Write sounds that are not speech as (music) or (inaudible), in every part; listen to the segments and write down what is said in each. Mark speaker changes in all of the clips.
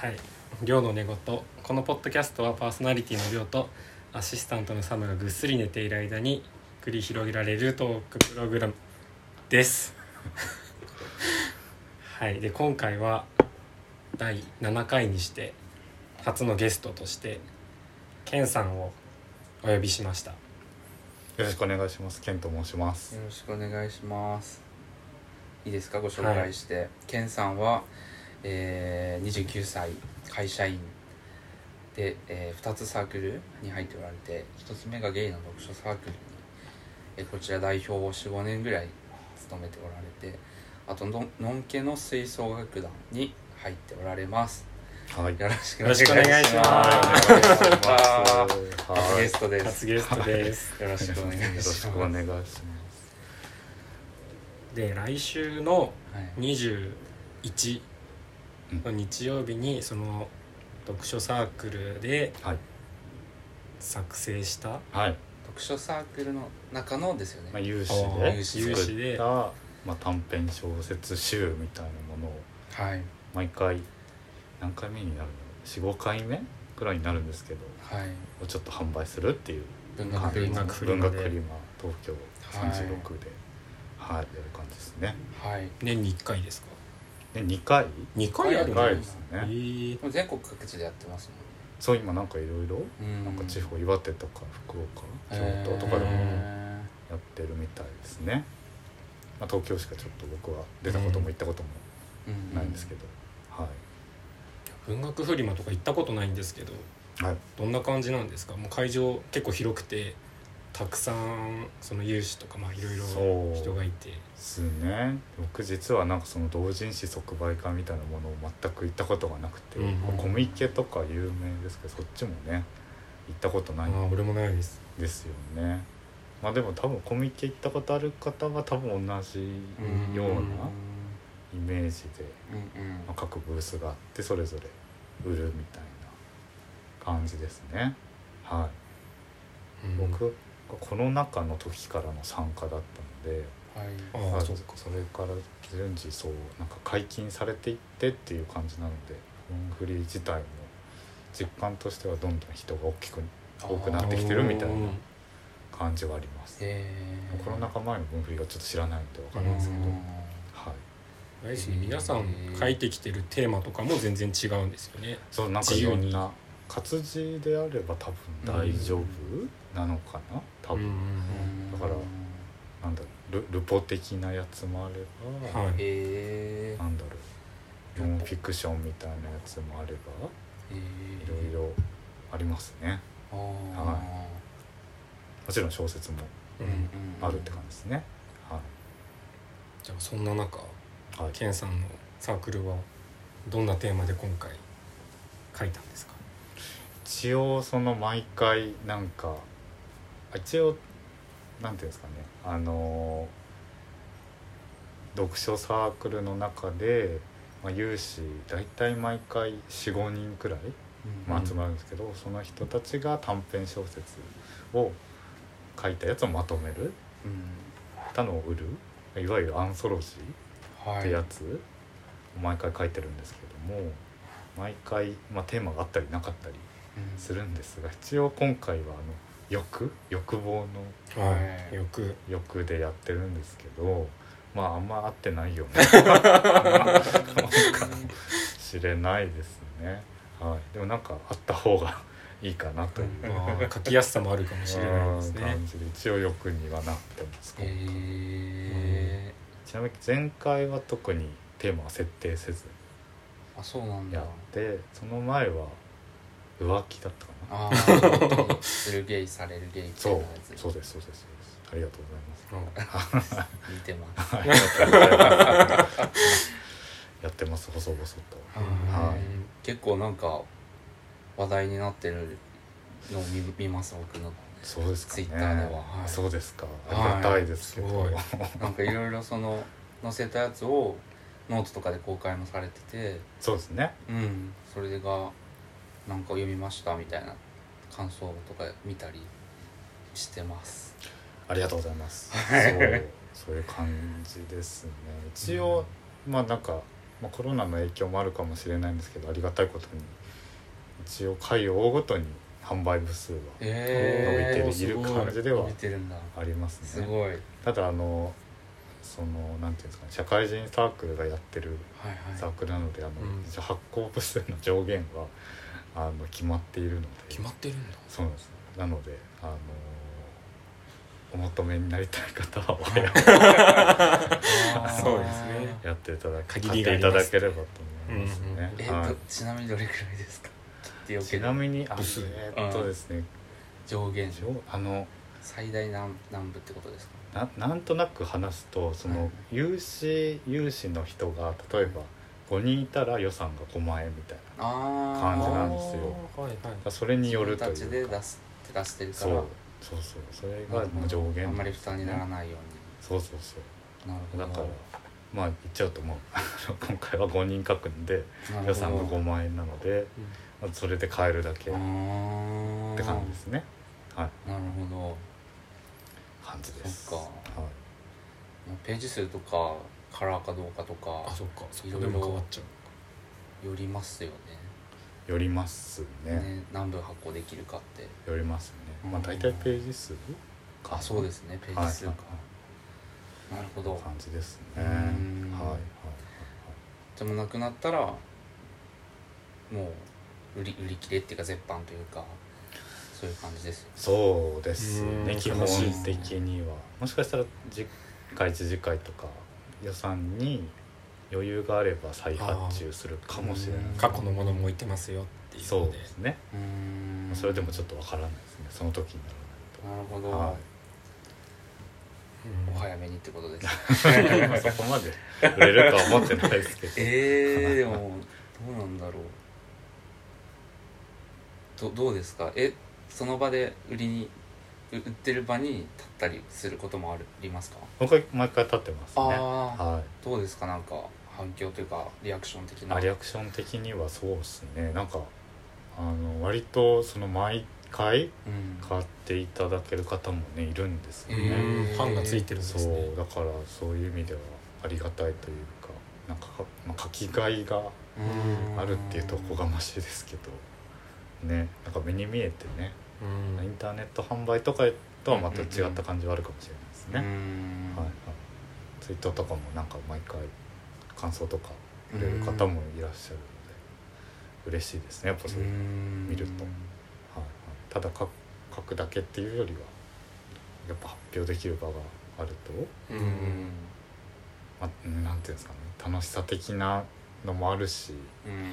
Speaker 1: はい亮の寝言このポッドキャストはパーソナリティの亮とアシスタントのサムがぐっすり寝ている間に繰り広げられるトークプログラムです (laughs) はいで今回は第7回にして初のゲストとしてケンさんをお呼びしました
Speaker 2: よろしくお願いします。ケンと申します
Speaker 3: よ。ろしくお願いしますいいですかご紹介して、ケンさんは、えー、29歳会社員で、えー、2つサークルに入っておられて1つ目がゲイの読書サークルに、えーこちら代表を45年ぐらい務めておられてあとののんけの吹奏楽団に入っておられます
Speaker 2: はい。
Speaker 3: よろしく
Speaker 1: よろしくお願いしま
Speaker 3: わ
Speaker 2: は
Speaker 3: ー
Speaker 2: い。
Speaker 3: ゲ
Speaker 2: よ
Speaker 3: ストです
Speaker 1: 初ゲストです
Speaker 3: よろしくお願いし
Speaker 2: ろし
Speaker 3: ます
Speaker 2: くお願いしま。
Speaker 1: で来週の
Speaker 3: はい
Speaker 1: 21の日曜日にその読書サークルです
Speaker 2: はい。
Speaker 1: 作成した
Speaker 2: はい。
Speaker 3: 読書サークルの中のですよね、
Speaker 2: まあ、有志
Speaker 1: あ
Speaker 2: で
Speaker 3: ー
Speaker 2: 作
Speaker 1: 有志
Speaker 2: っ
Speaker 1: で
Speaker 2: た、まあ、短編小説集みたいなものを
Speaker 3: はい
Speaker 2: 毎回何回目になるの45回目くらいになるんですけど
Speaker 3: はい
Speaker 2: をちょっと販売するっていう
Speaker 3: 文
Speaker 1: あ
Speaker 3: 学部
Speaker 1: 文
Speaker 3: の
Speaker 1: 学フリマ
Speaker 2: 文
Speaker 1: で
Speaker 2: 学フリマ東京36で、はいやる感じですね
Speaker 3: はい
Speaker 1: 年に1回ですか
Speaker 2: で2回
Speaker 1: 2回ある
Speaker 2: 2
Speaker 1: の
Speaker 2: 回
Speaker 1: え
Speaker 2: ですね、
Speaker 1: ー
Speaker 3: 全国各地でやってます
Speaker 2: そう今なんかいろいろ
Speaker 3: もんね
Speaker 2: なんか地方岩手とか福岡京
Speaker 3: へー
Speaker 2: 都とかでも
Speaker 3: へ
Speaker 2: やってるみたいですね、まあ、東京しかちょっと僕は出たことも行ったことも
Speaker 3: ーうん
Speaker 2: ないんですけど、はい
Speaker 1: 文学フリマとか行ったことないんですけど
Speaker 2: はい、
Speaker 1: どんな感じなんですかもう会場結構広くてたくさんその有志とかまあいろいろ
Speaker 2: そう
Speaker 1: 人がいて
Speaker 2: ですね僕実はなんかその同人誌即売会みたいなものを全く行ったことがなくて、
Speaker 1: うん
Speaker 2: まあコミケとか有名ですけどそっちもね行ったこと
Speaker 1: あ
Speaker 2: ない
Speaker 1: あ俺もないです
Speaker 2: ですよねまあでも多分コミケ行ったことある方は多分同じようなイメージで
Speaker 3: うんうん
Speaker 2: まあ各ブースがあってそれぞれ売るみたいな感じですねはい
Speaker 1: うん
Speaker 2: 僕がこの中の時からの参加だったので
Speaker 3: はい
Speaker 1: あ
Speaker 2: ま
Speaker 1: あ
Speaker 2: あ
Speaker 1: そう
Speaker 2: それから順次そうなんか解禁されていってっていう感じなのでモンフリー自体も実感としてはどんどん人が大きく多くなってきてるみたいな
Speaker 1: うん
Speaker 2: 感じはあります
Speaker 3: えー
Speaker 2: コロナ禍前のモンフリーがちょっと知らないんでわかるんないですけど、
Speaker 3: うん
Speaker 2: はい
Speaker 1: あれですね皆さん書いてきてるテーマとかも全然違うんですよね
Speaker 2: そうなんか
Speaker 1: 自
Speaker 2: い
Speaker 1: 由
Speaker 2: ろ
Speaker 1: に
Speaker 2: んな活字であれば多分大丈夫なのかな多
Speaker 1: うんう
Speaker 2: 分、
Speaker 1: ん
Speaker 3: うん
Speaker 2: だからなんだろうルルポ的なやつもあれば、
Speaker 1: はい
Speaker 3: えー
Speaker 2: なんだろうノンフィクションみたいなやつもあれば
Speaker 3: えー
Speaker 2: いろいろありますね
Speaker 3: あー
Speaker 2: はもちろん小説も
Speaker 1: う
Speaker 3: うん
Speaker 1: ん
Speaker 3: うん
Speaker 2: あるって感じですね、
Speaker 1: じゃあそんな中
Speaker 2: はい、はい、
Speaker 1: ケンさんのサークルはどんなテーマで今回書いたんですか
Speaker 2: 一応その毎回なんかあ一応なんていうんですかねあのー読書サークルの中で、まあ、有志大体毎回45人くらい、
Speaker 3: うん
Speaker 2: まあ、集まるんですけど、その人たちが短編小説を書いたやつをまとめる
Speaker 3: うん
Speaker 2: 他のを売るいわゆるアンソロジー
Speaker 3: は
Speaker 2: っ
Speaker 3: い
Speaker 2: てやつを毎回書いてるんですけども毎回、まあ、テーマがあったりなかったり
Speaker 3: うん (laughs)
Speaker 2: するんですが一応今回はあの欲欲望の
Speaker 3: はい
Speaker 1: よく
Speaker 2: 欲でやってるんですけどまああんま合ってないよねかもしれないですね、はい、でもなんかあった方がいいかなという、
Speaker 1: まあ書きやすさもあるかもしれないです
Speaker 2: うん
Speaker 1: ね
Speaker 2: 感じで一応欲にはなってます、 (laughs)
Speaker 3: えー
Speaker 2: ちなみに前回は特にテーマは設定せず
Speaker 3: あそうなん
Speaker 2: や
Speaker 3: だ
Speaker 2: ってその前は浮気だったかな
Speaker 3: ああするゲイされるゲイみたい
Speaker 2: そ
Speaker 3: な
Speaker 2: う
Speaker 3: やつ
Speaker 2: そうですそうですそうですありがとうございます
Speaker 3: 似てます
Speaker 2: はい (laughs) やってます細々と
Speaker 1: は
Speaker 2: はい
Speaker 1: い
Speaker 3: 結構なんか話題になってるのを見見ます僕の
Speaker 2: そうですかね
Speaker 3: Twitter でははい
Speaker 2: そうですかあ
Speaker 3: はい
Speaker 2: りがたいですけど、
Speaker 1: すごい
Speaker 3: なんかいろいろその載せたやつをノートとかで公開もされてて
Speaker 2: そうですね
Speaker 3: うんそれがなんか読みましたみたいな感想とか見たりしてます
Speaker 2: ありがとうございますそうそういう感じですね一応、まあなんかまあ、コロナの影響もあるかもしれないんですけどありがたいことに一応回を追うごとに販売部数は
Speaker 3: え
Speaker 1: 伸
Speaker 3: ー、
Speaker 1: びてる
Speaker 3: すご
Speaker 2: いる感じでは
Speaker 3: 伸びてるんだ
Speaker 2: ありますね
Speaker 3: すごいはいはい
Speaker 2: ただあのそのなんていうんですかね社会人サークルがやってるサークルなので、あの
Speaker 1: うん
Speaker 2: 一応発行部数の上限はあの決まっているので
Speaker 1: 決まってるんだ
Speaker 2: そうなんですなのであのお求めになりたい方は
Speaker 3: あー
Speaker 1: そうですね
Speaker 2: やっていただけ
Speaker 1: 限りがあ
Speaker 2: 買
Speaker 1: りま
Speaker 2: っていただ
Speaker 1: す
Speaker 2: ければと思いますね。
Speaker 3: え
Speaker 2: はい
Speaker 3: どちなみにどれくらいですか切ってお
Speaker 2: ち
Speaker 3: け
Speaker 2: なみにあ
Speaker 1: 部数
Speaker 2: えーっとですね、
Speaker 3: 上限
Speaker 2: 上あの
Speaker 3: 最大何何部ってことですか
Speaker 2: ななんとなく話すとそ
Speaker 3: は
Speaker 2: の
Speaker 3: い
Speaker 2: 融資融資の人が例えば5人いたら予算が5万円みたいな
Speaker 3: ああ
Speaker 2: 感じなんですよ
Speaker 1: あーはいはい
Speaker 2: だからそれによるとい
Speaker 3: 形で
Speaker 2: うか
Speaker 3: 出すって出してるか
Speaker 2: そ
Speaker 3: ら
Speaker 2: うそうそうそれがまあ上限
Speaker 3: あんまり負担にならないよ
Speaker 2: そうそうそう
Speaker 3: うになるほ
Speaker 2: だ
Speaker 3: ど
Speaker 2: からまあ言っちゃうともう (laughs) あの今回は5人確認で
Speaker 3: なるほど
Speaker 2: 予算が5万円なので
Speaker 1: うん
Speaker 2: まあそれで買えるだけっ
Speaker 3: あー
Speaker 2: て感じですねはい
Speaker 3: なるほど
Speaker 2: 感じです
Speaker 3: そっか
Speaker 2: はい
Speaker 3: ページ数とかカラーかどうかとか
Speaker 1: あそっかそこ
Speaker 3: い
Speaker 1: で
Speaker 3: ろいろ
Speaker 1: も変わっちゃう
Speaker 3: よりますよ
Speaker 2: よります
Speaker 3: ね
Speaker 2: ね
Speaker 3: ね何部発行できるかって
Speaker 2: よります
Speaker 3: う
Speaker 2: ね
Speaker 3: ん
Speaker 2: まあ大体ページ数
Speaker 3: あそうですねペー
Speaker 2: はい
Speaker 3: ジ数か、なるほど
Speaker 2: 感じですね
Speaker 3: う
Speaker 2: はい
Speaker 3: ん
Speaker 2: はいはい
Speaker 3: じゃあもうなくなったらもう売り売り切れっていうか絶版というかそういう感じですよ
Speaker 2: そうです
Speaker 1: う
Speaker 2: ね
Speaker 1: ん
Speaker 2: 基本的にはもしかしたら次回次回とか予算に余裕があれば再発注するかもしれない
Speaker 3: あー
Speaker 1: 過去のものも置いてますよっていう
Speaker 2: そ
Speaker 1: ので
Speaker 2: うですね
Speaker 3: うーん
Speaker 2: それでもちょっとわからないですねその時にな
Speaker 3: なるほど、
Speaker 2: らない
Speaker 1: うん
Speaker 3: お早めにってこと
Speaker 2: (laughs)
Speaker 3: です
Speaker 2: とはいそこまで売れるとは思ってないですけど
Speaker 1: (laughs)
Speaker 3: えー、でもどうなんだろうどどうですかえその場で売りにう売ってる場に立ったりすることもありますか、
Speaker 2: 僕は毎回立ってますね
Speaker 3: ああ
Speaker 2: はい
Speaker 3: どうですかなんか反響というかリアクション的な
Speaker 2: あリアクション的にはそうですねなんかあの割とその毎回
Speaker 3: うん
Speaker 2: 買っていただける方もねいるんですよ
Speaker 1: う
Speaker 2: ね、
Speaker 1: んファンがついてるんです
Speaker 2: そ
Speaker 1: ね
Speaker 2: うだからそういう意味ではありがたいというかなんか、まあ、書きがいがあるっていうとこがましいですけどねなんか目に見えてね
Speaker 1: うん
Speaker 2: インターネット販売とかとはまた違った感じはあるかもしれないですね、
Speaker 3: うーん
Speaker 2: はいはい、ツイートとかもなんか毎回感想とかくれる方もいらっしゃるので嬉しいですねやっぱそういう、はい見るとはい、ただ書書くだけっていうよりはやっぱ発表できる場があると、
Speaker 1: うん
Speaker 3: うん
Speaker 2: まあ、なんていうんですかね楽しさ的なのもあるし、
Speaker 3: うん
Speaker 2: うん、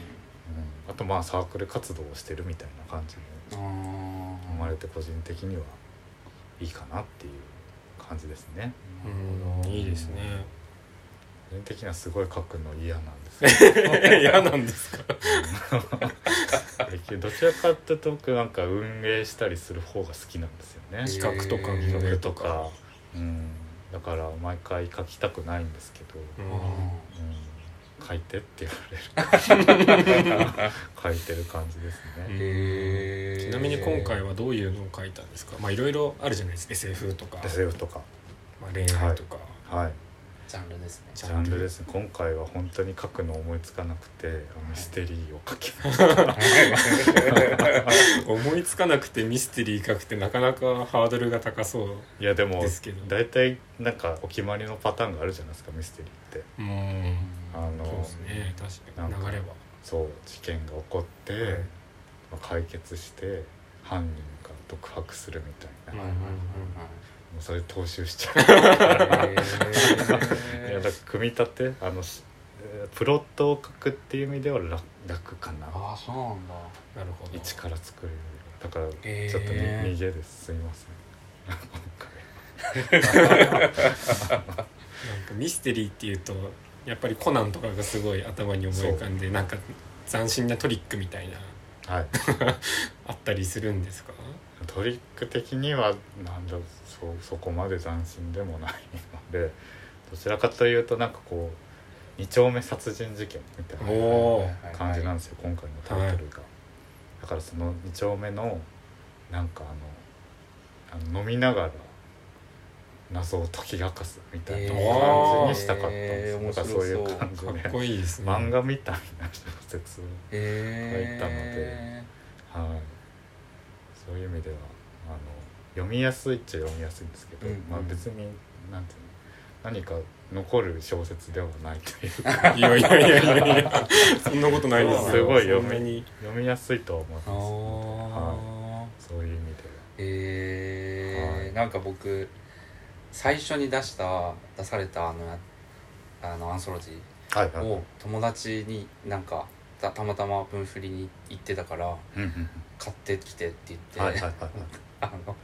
Speaker 2: あとまあサークル活動をしてるみたいな感じ
Speaker 3: あ
Speaker 2: も生まれて個人的にはいいかなっていう感じですね
Speaker 1: うんいいです (laughs) ね
Speaker 2: 個人的にはすごい書くの嫌なんですけ
Speaker 1: (laughs)
Speaker 2: ど
Speaker 1: 嫌なんですか
Speaker 2: うんどちらかというと僕なんか運営したりする方が好きなんですよ
Speaker 1: (laughs)
Speaker 2: ね
Speaker 1: 企画とか
Speaker 3: えー
Speaker 1: 運
Speaker 2: 企
Speaker 1: 営
Speaker 2: 画とか、うん、だから毎回書きたくないんですけ
Speaker 1: う
Speaker 2: ど、うん
Speaker 3: なるほ
Speaker 2: 書いてって言わ
Speaker 1: (laughs)
Speaker 2: れる書いてる感じです
Speaker 1: うん
Speaker 2: ね、
Speaker 3: へー
Speaker 1: ちなみに今回はどういうのを書いたんですかまあいろいろあるじゃないですか SF とか、
Speaker 2: SF とか
Speaker 1: まあ、恋愛とか、
Speaker 2: はい
Speaker 3: ジャンルですね
Speaker 2: ジャンルですね今回は本当に書くの思いつかなくてあのミステリーを書き (laughs) ました
Speaker 1: 思いつかなくてミステリー書くってなかなかハードルが高そう
Speaker 2: いやでも
Speaker 1: ですけど
Speaker 2: 大体なんかお決まりのパターンがあるじゃないですかミステリーっ
Speaker 1: う
Speaker 2: て
Speaker 1: ん
Speaker 2: あの
Speaker 1: そうですね確かに
Speaker 2: なんか
Speaker 1: 流れは
Speaker 2: そう事件が起こって、
Speaker 1: い
Speaker 2: まあ解決して犯人が独白するみたいな、
Speaker 1: うん
Speaker 2: も
Speaker 3: はいはいはいは
Speaker 2: うそれ踏襲しちゃ
Speaker 1: (laughs)
Speaker 2: う
Speaker 3: い
Speaker 2: いやだから組み立てあのしえープロットを書くっていう意味では楽楽かな
Speaker 3: ああそうなんだ
Speaker 1: なるほど
Speaker 2: 一から作れるよりはだから
Speaker 3: えー
Speaker 2: ちょっとに、逃げですすいません (laughs) 今
Speaker 1: なんかミステリーっていうとやっぱりコナンとかがすごい頭に思い浮かんでなんか斬新なトリックみたいな
Speaker 2: 回はい
Speaker 1: あったりするんですか
Speaker 2: トリック的にはなんだろうそそこまで斬新でもないのでどちらかというとなんかこう二丁目殺人事件みたいな
Speaker 1: おー
Speaker 2: 感じなん
Speaker 3: で
Speaker 2: ですよ、今回のタイトルが、だからその2丁目のなんかあのあの飲みながら謎を解き明かすみたい
Speaker 1: え
Speaker 2: な感
Speaker 1: ー
Speaker 2: じにしたかったんです、
Speaker 3: えー
Speaker 2: なんかそういう感じ
Speaker 1: かっ
Speaker 2: で
Speaker 1: こいいですね
Speaker 2: 漫画みたいな小説を
Speaker 3: え
Speaker 2: はい、そういう意味ではあの読みやすいっちゃ読みやすいんですけど、
Speaker 3: うんうん
Speaker 2: まあ、別になんていうの何か残る小説ではないと
Speaker 3: (laughs)
Speaker 2: いうか
Speaker 1: いやいやいやいやいやそんなことないですよ
Speaker 2: すごい
Speaker 1: そ
Speaker 2: 読
Speaker 1: んなに
Speaker 2: み読みやすいとは思い
Speaker 3: あ
Speaker 2: ま
Speaker 3: あ
Speaker 2: すそういう意味で
Speaker 3: えー
Speaker 2: はい
Speaker 3: なんか僕最初に出した出されたあのやあのアンソロジ
Speaker 2: ははい
Speaker 3: ー
Speaker 2: はい
Speaker 3: を友達になんかたたまたま分振りに行ってたから
Speaker 2: うんうん
Speaker 3: 買ってきてって
Speaker 2: うんはい
Speaker 3: 言っ
Speaker 2: はい
Speaker 3: て
Speaker 2: はい
Speaker 3: (laughs) あの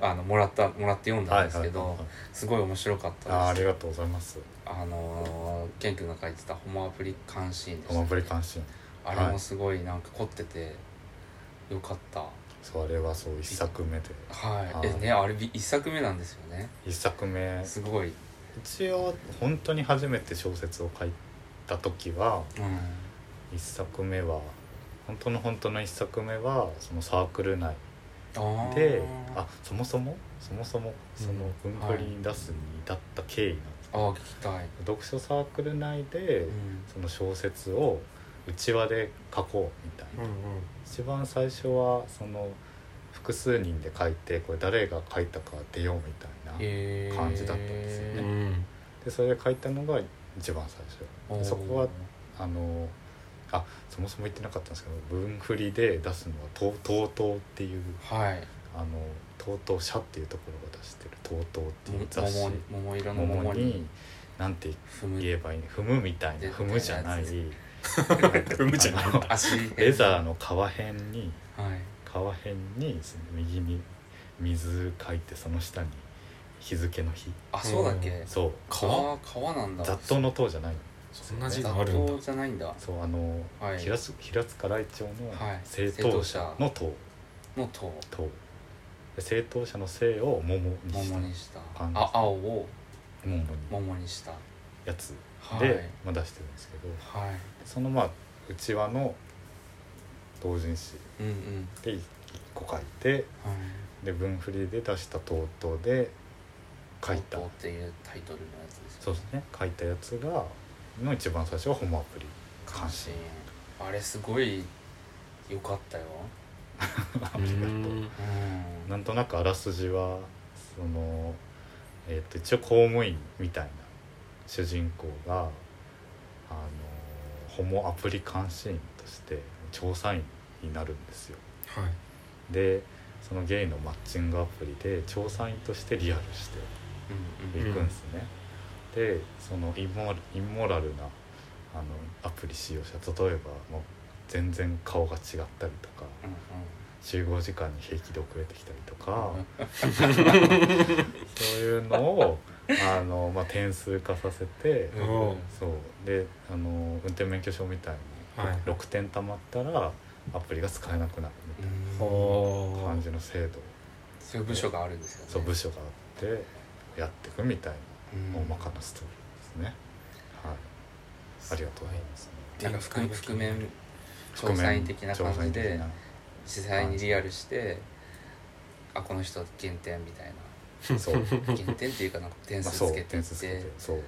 Speaker 3: あのもらったもらって読んだ
Speaker 2: は
Speaker 3: ん
Speaker 2: い
Speaker 3: ですけ
Speaker 2: はい
Speaker 3: ど
Speaker 2: はい
Speaker 3: すごい面白かっ
Speaker 2: あー
Speaker 3: た
Speaker 2: あ
Speaker 3: で
Speaker 2: り
Speaker 3: す
Speaker 2: がとうございます
Speaker 3: あのーケン君が書いてた「ホモアプリ監視員」で
Speaker 2: ア
Speaker 3: した
Speaker 2: マ
Speaker 3: っ
Speaker 2: プリ
Speaker 3: け
Speaker 2: 関心
Speaker 3: あれもすごいなんか凝っててよかったは
Speaker 2: そうあれはそう一作目で
Speaker 3: いえ
Speaker 2: はい
Speaker 3: ねあれ一作目なんですよね
Speaker 2: 一作目
Speaker 3: すごい
Speaker 2: 一応本当に初めて小説を書いた時は
Speaker 3: うん
Speaker 2: 一作目は本当の本当の一作目はそのサークル内であそもそもそもそもその文
Speaker 3: ん
Speaker 2: 庫に出すに至った経緯なんです、
Speaker 3: あー聞きたい、
Speaker 2: 読書サークル内で
Speaker 3: うん
Speaker 2: その小説を内輪で書こうみたいな、
Speaker 1: うん
Speaker 2: 一番最初はその複数人で書いてこれ誰が書いたか出ようみたいな、
Speaker 3: えー
Speaker 2: 感じだったんですよ
Speaker 1: う
Speaker 2: ね
Speaker 1: んうん
Speaker 2: でそれで書いたのが一番最初
Speaker 3: おー
Speaker 2: そこはあのあそもそも言ってなかったんですけど文振りで出すのは「とうとうとう」っていう
Speaker 3: はい
Speaker 2: あの「とうとう社」っていうところが出してる「とうとう」っていう雑誌
Speaker 3: 桃桃色の
Speaker 2: 桃
Speaker 3: 桃
Speaker 2: に
Speaker 3: に
Speaker 2: なんて
Speaker 3: 踏む
Speaker 2: 言えばいいの踏むみたいな
Speaker 3: で
Speaker 2: 踏むじゃない
Speaker 3: で
Speaker 2: (laughs) 踏
Speaker 1: むじゃない
Speaker 3: (laughs) 足
Speaker 2: レザーの皮辺に
Speaker 3: はい
Speaker 2: 皮辺にその右に水書いてその下に日付の日
Speaker 3: あそうだっけ、
Speaker 1: う
Speaker 2: そう
Speaker 3: 川川なんだ
Speaker 2: 雑踏の塔じゃないの
Speaker 1: そんな字があるんだ
Speaker 3: 雑踏じゃないんだ
Speaker 2: そうあの、
Speaker 3: はい
Speaker 2: 平塚平塚来町の
Speaker 3: はい
Speaker 2: 正当
Speaker 3: 正
Speaker 2: 者
Speaker 3: 当
Speaker 2: の塔、
Speaker 3: の塔
Speaker 2: 塔で正当者の正を桃にした
Speaker 3: 桃にした
Speaker 2: 感じ
Speaker 3: あ青を
Speaker 2: 桃に
Speaker 3: 桃にした
Speaker 2: やつ
Speaker 3: はい
Speaker 2: で、まあ、出してるんですけど
Speaker 3: は
Speaker 2: そのまあうちわの同人誌
Speaker 3: いうんうん
Speaker 2: で1個書いて
Speaker 3: はい
Speaker 2: で文振りで出した「とうとう」で書いた
Speaker 3: 塔っていうタイトルのやつです
Speaker 2: そうですね書いたやつがの一番最初はホモアプリ
Speaker 3: 関心あれすごい良かったよ
Speaker 1: うん
Speaker 3: うん
Speaker 2: なんとなくあらすじはその、えー、と一応公務員みたいな主人公があのホモアプリ監視員として調査員になるんですよ
Speaker 1: はい
Speaker 2: でそのゲイのマッチングアプリで調査員としてリアルして
Speaker 3: うん
Speaker 2: い
Speaker 3: うん
Speaker 2: くんですね、でそのイモイモラルなあのアプリ使用者例えばもう全然顔が違ったりとか集合時間に平気で遅れてきたりと
Speaker 1: (laughs)
Speaker 2: か、そういうのをあの、まあ、点数化させて、
Speaker 3: うん
Speaker 1: おう
Speaker 2: そうであの運転免許証みたいに、
Speaker 1: はい
Speaker 2: 6点たまったらアプリが使えなくなるみたい
Speaker 3: うん
Speaker 2: な
Speaker 1: ほ
Speaker 2: 感じの制度、
Speaker 3: そういう部署があるんですよね
Speaker 2: そう部署があってやっていくみたい
Speaker 3: うん
Speaker 2: な大まかなストーリーですね。はいありがとうございます。
Speaker 3: なんか覆覆面調査員的な感じ
Speaker 2: 調査員的
Speaker 3: で
Speaker 2: な
Speaker 3: 実際にリアルしてあこの人減点みた
Speaker 2: (laughs)
Speaker 3: い
Speaker 2: そう、ま
Speaker 3: な減点っていうかなんか (laughs) 点
Speaker 2: あ、
Speaker 3: 数
Speaker 2: そ
Speaker 3: つ
Speaker 2: う
Speaker 3: けてい
Speaker 2: 点
Speaker 3: っ
Speaker 2: 数つけて
Speaker 3: て
Speaker 2: そうや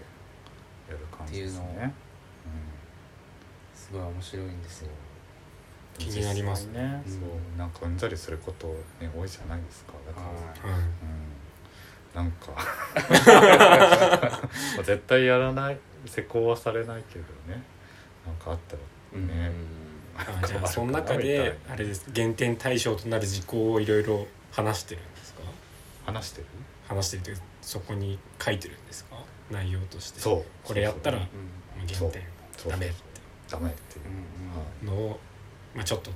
Speaker 2: る感じです
Speaker 3: っていうのを
Speaker 2: ね。うん
Speaker 3: すごい面白いんです
Speaker 2: そう
Speaker 3: よ
Speaker 1: 気になります
Speaker 2: 実際ね、
Speaker 3: うん
Speaker 2: そうなんかうんざりすることね多いじゃないですかだから、
Speaker 1: う
Speaker 3: は
Speaker 1: はい
Speaker 2: うん、なんか (laughs) まあ絶対やらない施工はされないけどねなんかあったら
Speaker 3: いうん
Speaker 2: ね
Speaker 1: あじゃあその中であれです減点対象となる事項をいろいろ話してるんですか
Speaker 2: 話してる
Speaker 1: 話してるというかそこに書いてるんですか内容として
Speaker 2: そう
Speaker 1: これやったら
Speaker 2: そ
Speaker 1: まあ減
Speaker 2: うそう
Speaker 1: 点
Speaker 2: そう
Speaker 1: ダメって
Speaker 2: ダメっていう
Speaker 3: うん、うん
Speaker 2: は
Speaker 1: の
Speaker 2: い
Speaker 1: を、まあ、ちょっと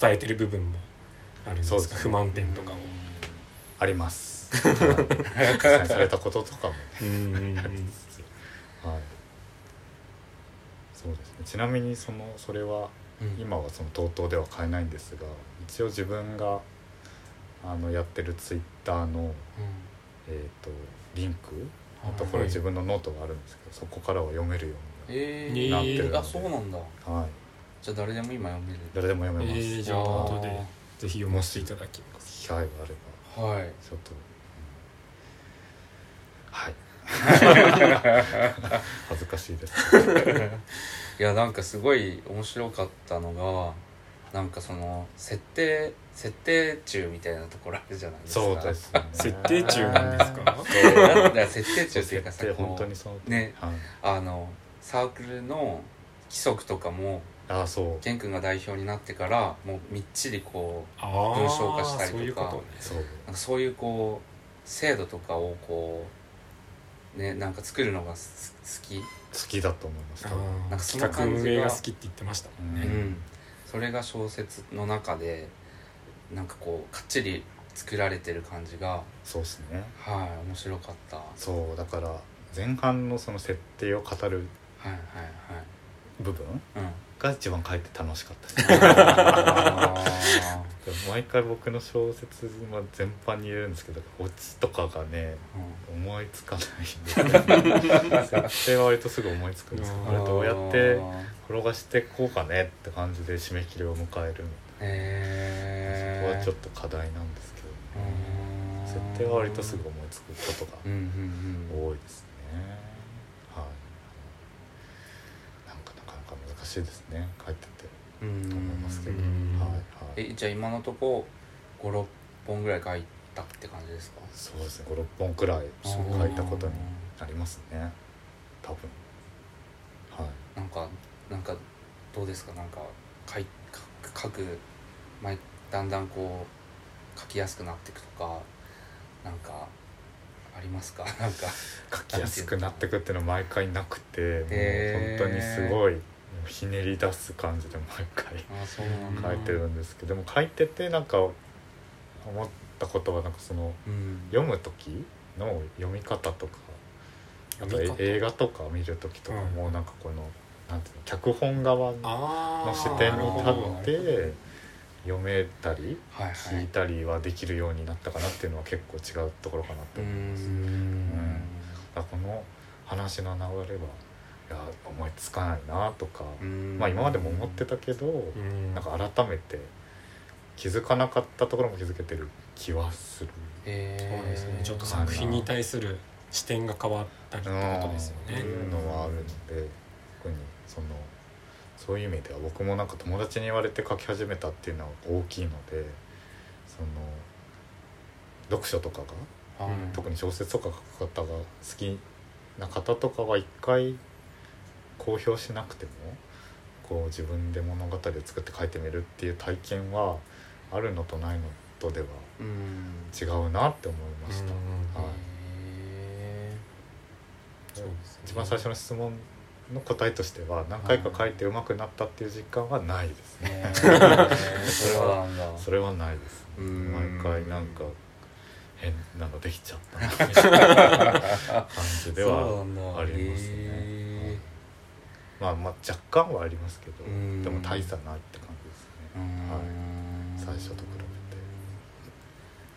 Speaker 1: 伝えてる部分もあるんですか
Speaker 2: そうですね
Speaker 1: 不満点とかを。
Speaker 2: ありますはい実際にされたこととかも
Speaker 1: うんうんうん
Speaker 2: はいそうですねちなみにそのそれは
Speaker 3: うん
Speaker 2: 今はその TOTO では買えないんですが一応自分があのやってるツイッターの、
Speaker 3: う
Speaker 2: えー、とリンク
Speaker 3: ん
Speaker 2: のとこ
Speaker 1: はい
Speaker 2: ろ自分のノートがあるんですけどそこからは読めるように
Speaker 3: え
Speaker 1: に
Speaker 3: ー、
Speaker 1: なってるの
Speaker 2: で
Speaker 3: あそうなんだ
Speaker 2: はい
Speaker 3: じゃあ誰でも今読める
Speaker 2: 誰でも読
Speaker 1: え
Speaker 2: めます、
Speaker 1: ー、じゃあ後でぜひ読ませていただきます。
Speaker 2: 機会があれば
Speaker 3: はい
Speaker 2: ちょっとはい
Speaker 1: (laughs)
Speaker 2: 恥ずかしいです
Speaker 3: いやなんかすごい面白かったのがなんかその設定設定中みたいなところあるじゃないですか
Speaker 2: そうです、ね、
Speaker 1: 設定中なんですか
Speaker 3: そうだから設定中っていうか
Speaker 2: 設
Speaker 3: さ
Speaker 2: 定
Speaker 3: こう
Speaker 2: 本当にその通り
Speaker 3: ね
Speaker 2: はい、
Speaker 3: あのサークルの規則とかも
Speaker 2: ああそう
Speaker 3: 健君が代表になってからもうみっちりこう
Speaker 1: あ
Speaker 3: 文章化したりとか
Speaker 1: そういうことね
Speaker 2: そう
Speaker 3: なんかそういうこう制度とかをこうねなんか作るのがす好き、
Speaker 2: 好きだと思います多分
Speaker 1: あ
Speaker 3: なんか
Speaker 1: ー
Speaker 3: その
Speaker 1: 企画
Speaker 3: 感じが
Speaker 1: 運営が好きって言ってましたもん
Speaker 2: う
Speaker 3: う
Speaker 1: ね、
Speaker 3: ん、それが小説の中でなんかこうかっちり作られてる感じが
Speaker 2: そうですね
Speaker 3: はい面白かったは
Speaker 2: そうだから前半のその設定を語る
Speaker 3: いはいはい
Speaker 2: 部分
Speaker 3: うん
Speaker 2: が一番書いて楽しかったです
Speaker 3: あ
Speaker 2: 毎回僕の小説は全般に言えるんですけどオチとかがね思いつかないんで設定は割とすぐ思いつくんですけ
Speaker 1: あー
Speaker 2: どあれどうやって転がしてこうかねって感じで締め切りを迎えるの
Speaker 3: え
Speaker 2: そこ
Speaker 3: ー、
Speaker 2: はちょっと課題なんですけど
Speaker 3: うん
Speaker 2: 設定は割とすぐ思いつくことが
Speaker 3: うんうんうん
Speaker 2: 多いですねはいなんかなかなか難しいですね書いてて
Speaker 3: うん
Speaker 2: と思いますけど
Speaker 1: う
Speaker 2: は
Speaker 1: んうん
Speaker 2: いはい
Speaker 3: えじゃあ今のとこ56本ぐらい書いたって感じですか
Speaker 2: そうですね56本くらい
Speaker 1: そう
Speaker 2: 書いたことになりますね多分はい
Speaker 3: なんかなんかどうですかなんか書い書書く前だんだんこう書きやすくなっていくとかなんかありますか (laughs) なんか
Speaker 2: 書きやすくなってくっていうのは毎回なくても
Speaker 3: へ
Speaker 2: う
Speaker 3: ー
Speaker 2: 本当にすごいひねり出す感じで (laughs) 毎
Speaker 3: あそう
Speaker 1: なんだ
Speaker 2: 回書いてるんですけどでも書いててなんか思ったことはなんかその
Speaker 3: うん
Speaker 2: 読む時の読み方とかあと
Speaker 1: 読み方
Speaker 2: 映画とか見る時とか
Speaker 1: うん
Speaker 2: もなんかこのなんていうの脚本側の
Speaker 1: ああ
Speaker 2: 視点に
Speaker 3: なるほど
Speaker 2: 立って読めたり
Speaker 3: はいは
Speaker 2: 聞い
Speaker 3: い
Speaker 2: たりはできるようになったかなっていうのは結構違うところかな
Speaker 3: う
Speaker 2: と
Speaker 3: ー
Speaker 2: 思います。
Speaker 3: ん
Speaker 2: あこの話の流れはいや思いつかないなとか、
Speaker 3: うーん
Speaker 2: まあ今までも思ってたけど、
Speaker 1: うん
Speaker 2: なんか改めて気づかなかったところも気づけてる気はする
Speaker 1: そう
Speaker 3: えー、
Speaker 1: ですねちょっと作品に対する視点が変わったりってことですよ
Speaker 2: って
Speaker 1: ね
Speaker 2: いうのはあるので特にそのそういう意味では僕もなんか友達に言われて書き始めたっていうのは大きいのでその読書とかが
Speaker 3: はい
Speaker 1: うん
Speaker 2: 特に小説とか書く方が好きな方とかは一回公表しなくてもこう自分で物語を作って書いてみるっていう体験はあるのとないのとでは
Speaker 3: うん
Speaker 2: 違うなって思いました、
Speaker 1: うん
Speaker 2: はい
Speaker 3: え
Speaker 1: そうですね
Speaker 2: 一番最初の質問の答えとしては何回か書いて上手くなったっていう実感はないです
Speaker 3: ー
Speaker 2: ね、
Speaker 3: えー、そうなんだ
Speaker 2: それはないです
Speaker 3: う
Speaker 2: ね
Speaker 3: ん
Speaker 2: 毎回なんか変なのできちゃったなみたいな感じでは
Speaker 3: そうなんだ
Speaker 2: ありますね
Speaker 3: へ
Speaker 2: まあまあ若干はありますけど、
Speaker 3: うん
Speaker 2: でも大差ないって感じです
Speaker 3: ーうー
Speaker 2: ね。
Speaker 3: ん
Speaker 2: はい最初と比べ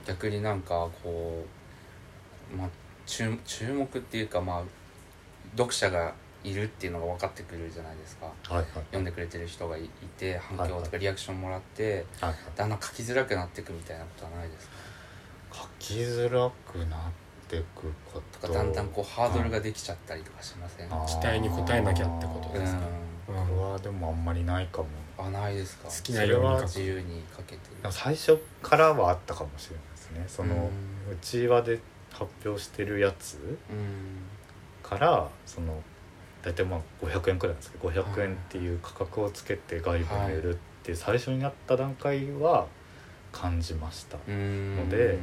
Speaker 2: て
Speaker 3: 逆になんかこう、まあ、注注目っていうかまあ読者がいるっていうのが分かってくるじゃないですか
Speaker 2: はい
Speaker 3: 読んでくれてる人がいいて反響
Speaker 2: は
Speaker 3: と
Speaker 2: い
Speaker 3: か
Speaker 2: はい
Speaker 3: リアクションもらって
Speaker 2: はいはい。
Speaker 3: だんだん書きづらくなっていくみたいなことはないですか
Speaker 2: 書きづらくなってくこと
Speaker 3: とかだんだんこうハードルができちゃったりとかしません
Speaker 2: あー
Speaker 1: 期待に応えなきゃってこと
Speaker 3: う
Speaker 1: で
Speaker 3: ん
Speaker 1: すか、うん
Speaker 2: これはでもあんまりないかも。
Speaker 3: あないですか
Speaker 1: 好きなように書く
Speaker 3: 自由に書けてる
Speaker 2: なんか最初からはあったかもしれないですね。その
Speaker 3: うん
Speaker 2: うちわで発表してるやつ
Speaker 3: うん
Speaker 2: からその大体まあ500円くらいなんですけど500円っていう価格をつけて外部に売るっていう最初になった段階は感じました。
Speaker 3: の
Speaker 2: ので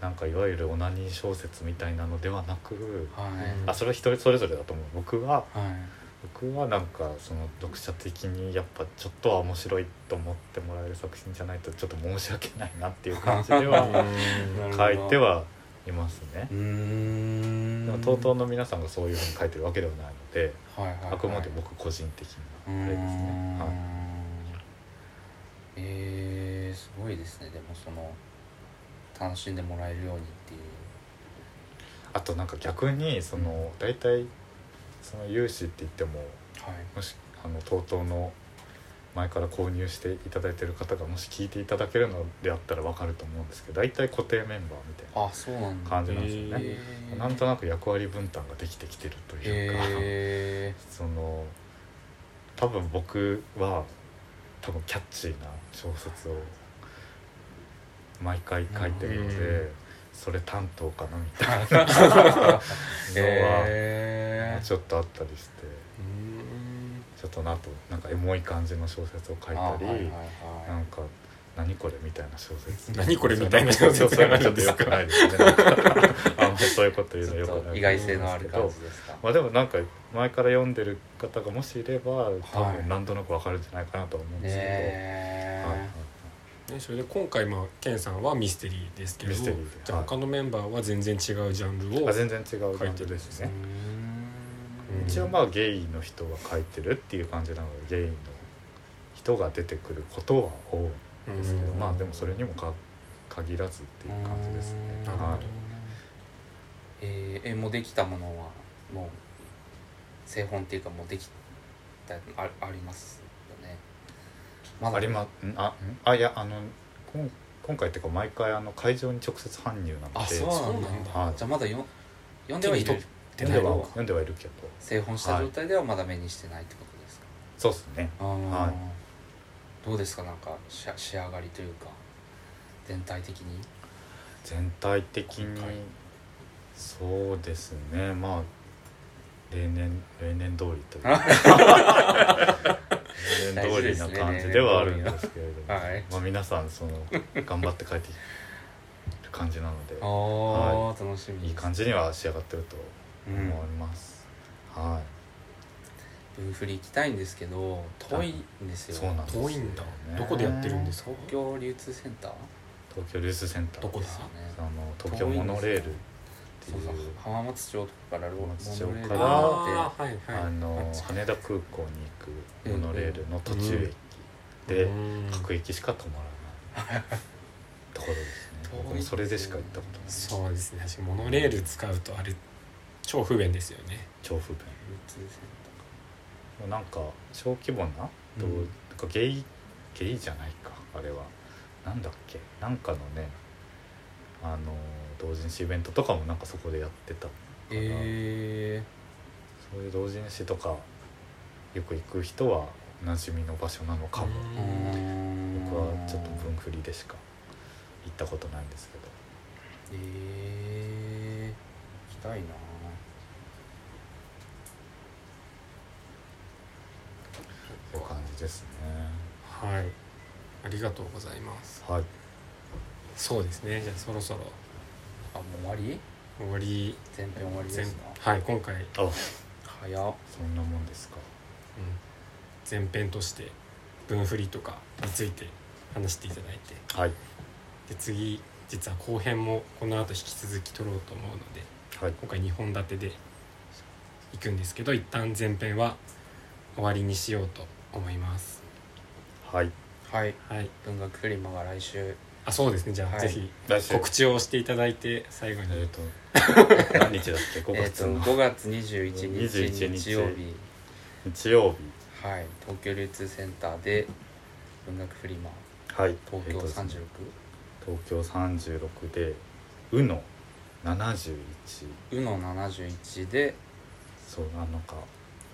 Speaker 2: なんかいわゆるオナニー小説みたいなのではなく
Speaker 3: はい
Speaker 2: あそれは人それぞれだと思う僕は
Speaker 3: はい
Speaker 2: 僕はなんかその読者的にやっぱちょっとは面白いと思ってもらえる作品じゃないとちょっと申し訳ないなっていう感じで
Speaker 1: う
Speaker 2: は
Speaker 1: ん
Speaker 3: なるほど
Speaker 2: 書いてはいますね
Speaker 3: うーん
Speaker 2: でも TOTO の皆さんがそういうふうに書いてるわけではないので
Speaker 3: はいはいはい
Speaker 2: あくまで僕個人的
Speaker 3: う
Speaker 2: なあ
Speaker 3: ー
Speaker 2: れですね
Speaker 3: ん
Speaker 2: はい
Speaker 3: えー、すごいですねでもその楽しんでもらえるようにっていう
Speaker 2: あとなんか逆にその大体その融資って言っても
Speaker 3: はい
Speaker 2: もしあの TOTO の前から購入していただいてる方がもし聞いていただけるのであったら分かると思うんですけど大体固定メンバーみたい
Speaker 3: あそうなん
Speaker 2: な
Speaker 3: だ
Speaker 2: 感じなんですよね。
Speaker 3: へー
Speaker 2: なんとなく役割分担ができてきてるというか、
Speaker 3: へ
Speaker 2: その多分僕は多分キャッチーな小説を毎回書いてるので、
Speaker 1: うん
Speaker 2: それ担当かなみたいな (laughs)
Speaker 3: ー
Speaker 2: のは
Speaker 3: へー
Speaker 2: ちょっとあったりして
Speaker 1: うん
Speaker 2: ちょっとなとなんかエモい感じの小説を書い
Speaker 3: あ
Speaker 2: た
Speaker 3: はい
Speaker 2: り、
Speaker 3: はい
Speaker 2: な
Speaker 3: は
Speaker 2: んか「何これ」みたいな小説
Speaker 1: 何これみたいな小説
Speaker 2: そういう
Speaker 1: があ
Speaker 2: のち
Speaker 1: るんです
Speaker 2: ょっと良く
Speaker 1: か
Speaker 2: ないですねなんかあんまりそういうこと言
Speaker 3: いう
Speaker 2: の
Speaker 3: ち
Speaker 2: よく
Speaker 3: ょ
Speaker 2: ないと
Speaker 3: っ
Speaker 2: 思う
Speaker 3: と
Speaker 2: ん
Speaker 3: 意外性のあ
Speaker 2: で
Speaker 3: る
Speaker 2: すけど
Speaker 3: 感じですか
Speaker 2: まあでもなんか前から読んでる方がもしいれば多
Speaker 3: は
Speaker 2: 分
Speaker 3: い
Speaker 2: なんとなくわかるんじゃないかなと思うんで
Speaker 3: ね
Speaker 2: すけど、はいはい
Speaker 3: え
Speaker 1: ねそれで今回まあケンさんはミステリーですけど
Speaker 2: ミステリーで
Speaker 1: じゃあ
Speaker 2: はい
Speaker 1: 他のメンバーは全然違うジャンルを
Speaker 2: あ全然違うジャンルです
Speaker 3: うー
Speaker 2: ね
Speaker 1: うん
Speaker 3: ん
Speaker 2: 一応まあゲイの人が書いてるっていう感じなのでゲイの人が出てくることは多いん
Speaker 1: うん
Speaker 2: ですけど、
Speaker 3: うん
Speaker 2: まあでもそれにもか限らずっていう感じですね
Speaker 3: うーん、
Speaker 1: なるほど
Speaker 2: はい、
Speaker 3: えーえもうできたものはもう製本っていうかもうできたあありますよねま
Speaker 2: ありまんあんあいやあのこん今回っていうか毎回あの会場に直接搬入なので
Speaker 3: あそう
Speaker 1: そう
Speaker 3: なんだ
Speaker 1: なんだ
Speaker 2: はい
Speaker 3: じゃあまだよ読んではい
Speaker 1: 手
Speaker 3: る
Speaker 1: に
Speaker 2: 読んでは読んではいるけど
Speaker 3: 製本した状態ではまだ目にしてないってことですか、
Speaker 2: そうですね
Speaker 3: あー
Speaker 2: はい
Speaker 3: どうですかなんか仕仕上がりというか全体的に
Speaker 2: 全体的に
Speaker 1: 今回
Speaker 2: そうですねまあ例年例年通りというか例年通りな感じではあるんですけれども、
Speaker 3: 大事ですね例年通りははい
Speaker 2: まあ、皆さんその頑張って書いてる感じなので
Speaker 3: ああ、楽しみ
Speaker 2: いい感
Speaker 3: じ、
Speaker 2: じには仕上がってると
Speaker 3: うん
Speaker 2: 思います、はい
Speaker 3: ブーフリ行きたいんですけど遠いんですよ
Speaker 2: そうなんですよ
Speaker 1: 遠
Speaker 2: ね
Speaker 1: いんだどこでやってるんですか
Speaker 3: 東京流通センター
Speaker 2: 東京流通センター
Speaker 1: どこ
Speaker 3: で
Speaker 1: だ
Speaker 3: すよね
Speaker 2: あの東京モノレールってい
Speaker 3: そう
Speaker 2: う
Speaker 3: そう浜松町とかからロ
Speaker 2: 浜松町
Speaker 3: モノレール
Speaker 2: か
Speaker 3: で
Speaker 2: ら
Speaker 1: ああはいはい
Speaker 2: あの
Speaker 1: 近い
Speaker 2: 羽田空港に行くモノレールの途中駅で
Speaker 1: うん
Speaker 2: 各駅しか止まらないところですね
Speaker 3: 遠いですね
Speaker 2: 僕もそれでしか行ったことない
Speaker 1: そうですね私モノレール使うとあれ超不便ですよね
Speaker 2: 調布弁
Speaker 3: 流通セン
Speaker 2: もうなんか小規模などう
Speaker 1: うん
Speaker 2: なんかゲイゲイじゃないかあれはなんだっけなんかのねあの同人誌イベントとかもなんかそこでやってた
Speaker 3: ターえ
Speaker 2: そういう同人誌とかよく行く人は馴染みの場所なのかも
Speaker 3: え
Speaker 1: うん
Speaker 2: 僕はちょっと分振りでしか行ったことないんですけど
Speaker 3: えー、行きたいな
Speaker 2: そういう感じですね
Speaker 1: はいありがとうございます
Speaker 2: はい
Speaker 1: そうですねじゃあそろそろ
Speaker 3: あもう終わり
Speaker 1: 終わり
Speaker 3: 全編終わりで
Speaker 1: 全
Speaker 3: すな
Speaker 1: はい今回、うん、
Speaker 2: あ
Speaker 3: 早っ
Speaker 2: そんなもんですか
Speaker 1: 前編として分振りとかについて話していただいて
Speaker 2: はい
Speaker 1: で次実は後編もこの後引き続き撮ろうと思うので
Speaker 2: はい
Speaker 1: 今回2本立てで行くんですけど一旦前編は終わりにしようと思います
Speaker 2: はい
Speaker 3: はい
Speaker 1: はい
Speaker 3: 文学フリマが来週
Speaker 1: あそうですねじゃあ、
Speaker 3: はい
Speaker 1: ぜひ
Speaker 2: 来週
Speaker 1: 告知をしていただいて最後に、
Speaker 2: えっ、と何日だっけ5
Speaker 3: えっ
Speaker 2: 月
Speaker 3: と
Speaker 2: の
Speaker 3: 5月21
Speaker 2: 21日
Speaker 3: 日日曜日
Speaker 2: 日曜日
Speaker 3: はい東京流通センターで文学フリマ
Speaker 2: はい
Speaker 3: 東京
Speaker 2: えっと
Speaker 3: 36、
Speaker 2: 東京36で「うの71
Speaker 3: うの71で」
Speaker 2: そうなのか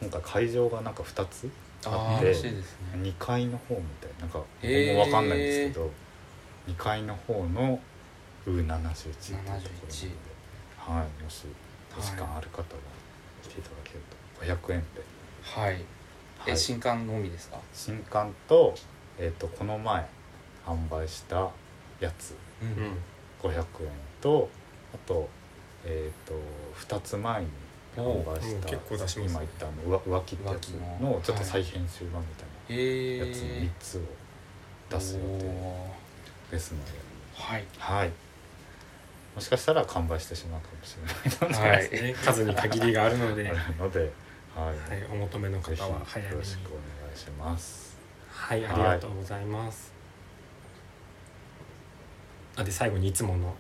Speaker 2: 今回会場がなんか2つ
Speaker 3: あ
Speaker 2: あ
Speaker 3: あ
Speaker 2: で
Speaker 3: らしいですね
Speaker 2: 2階の方みたいななんか僕
Speaker 3: えー
Speaker 2: もわかんないんですけど、2階の方の「う71」っていうところなので
Speaker 3: 71
Speaker 2: はいもしお時間ある方は来ていただけると500円で、
Speaker 3: はい
Speaker 2: は
Speaker 3: え
Speaker 2: い、
Speaker 3: 新刊のみですか
Speaker 2: 新刊と,、えっとこの前販売したやつ
Speaker 3: う
Speaker 1: うん
Speaker 3: ん
Speaker 2: 500円とあと,、えっと2つ前に販売し
Speaker 1: おーうん
Speaker 2: た
Speaker 1: 結構出しますね
Speaker 2: 今言ったあの浮浮気ってやつのちょっと再編集版みたいな。
Speaker 3: え
Speaker 2: やつの
Speaker 3: ー
Speaker 2: 3つを出す予定
Speaker 3: おー
Speaker 2: ですので、 (laughs)
Speaker 3: はい
Speaker 2: はい、もしかしたら完売してしまうかもしれないので、
Speaker 3: はい
Speaker 1: ね (laughs) 数に限りがあるので、は
Speaker 2: あるので、はい
Speaker 1: い、お求めの
Speaker 2: ぜひ
Speaker 1: 方
Speaker 2: よ
Speaker 1: は早めに
Speaker 2: ろしくお願いします。
Speaker 1: はいありがとうございます、あで最後にいつもの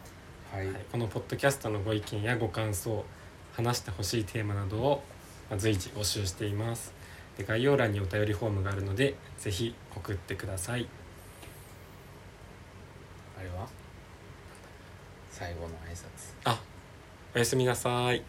Speaker 3: はい
Speaker 1: はい、このポッドキャストのご意見やご感想話してほしいテーマなどをまあ随時募集していますで概要欄にお便りフォームがあるのでぜひ送ってください
Speaker 3: あれは最後の挨拶
Speaker 1: あおやすみなさい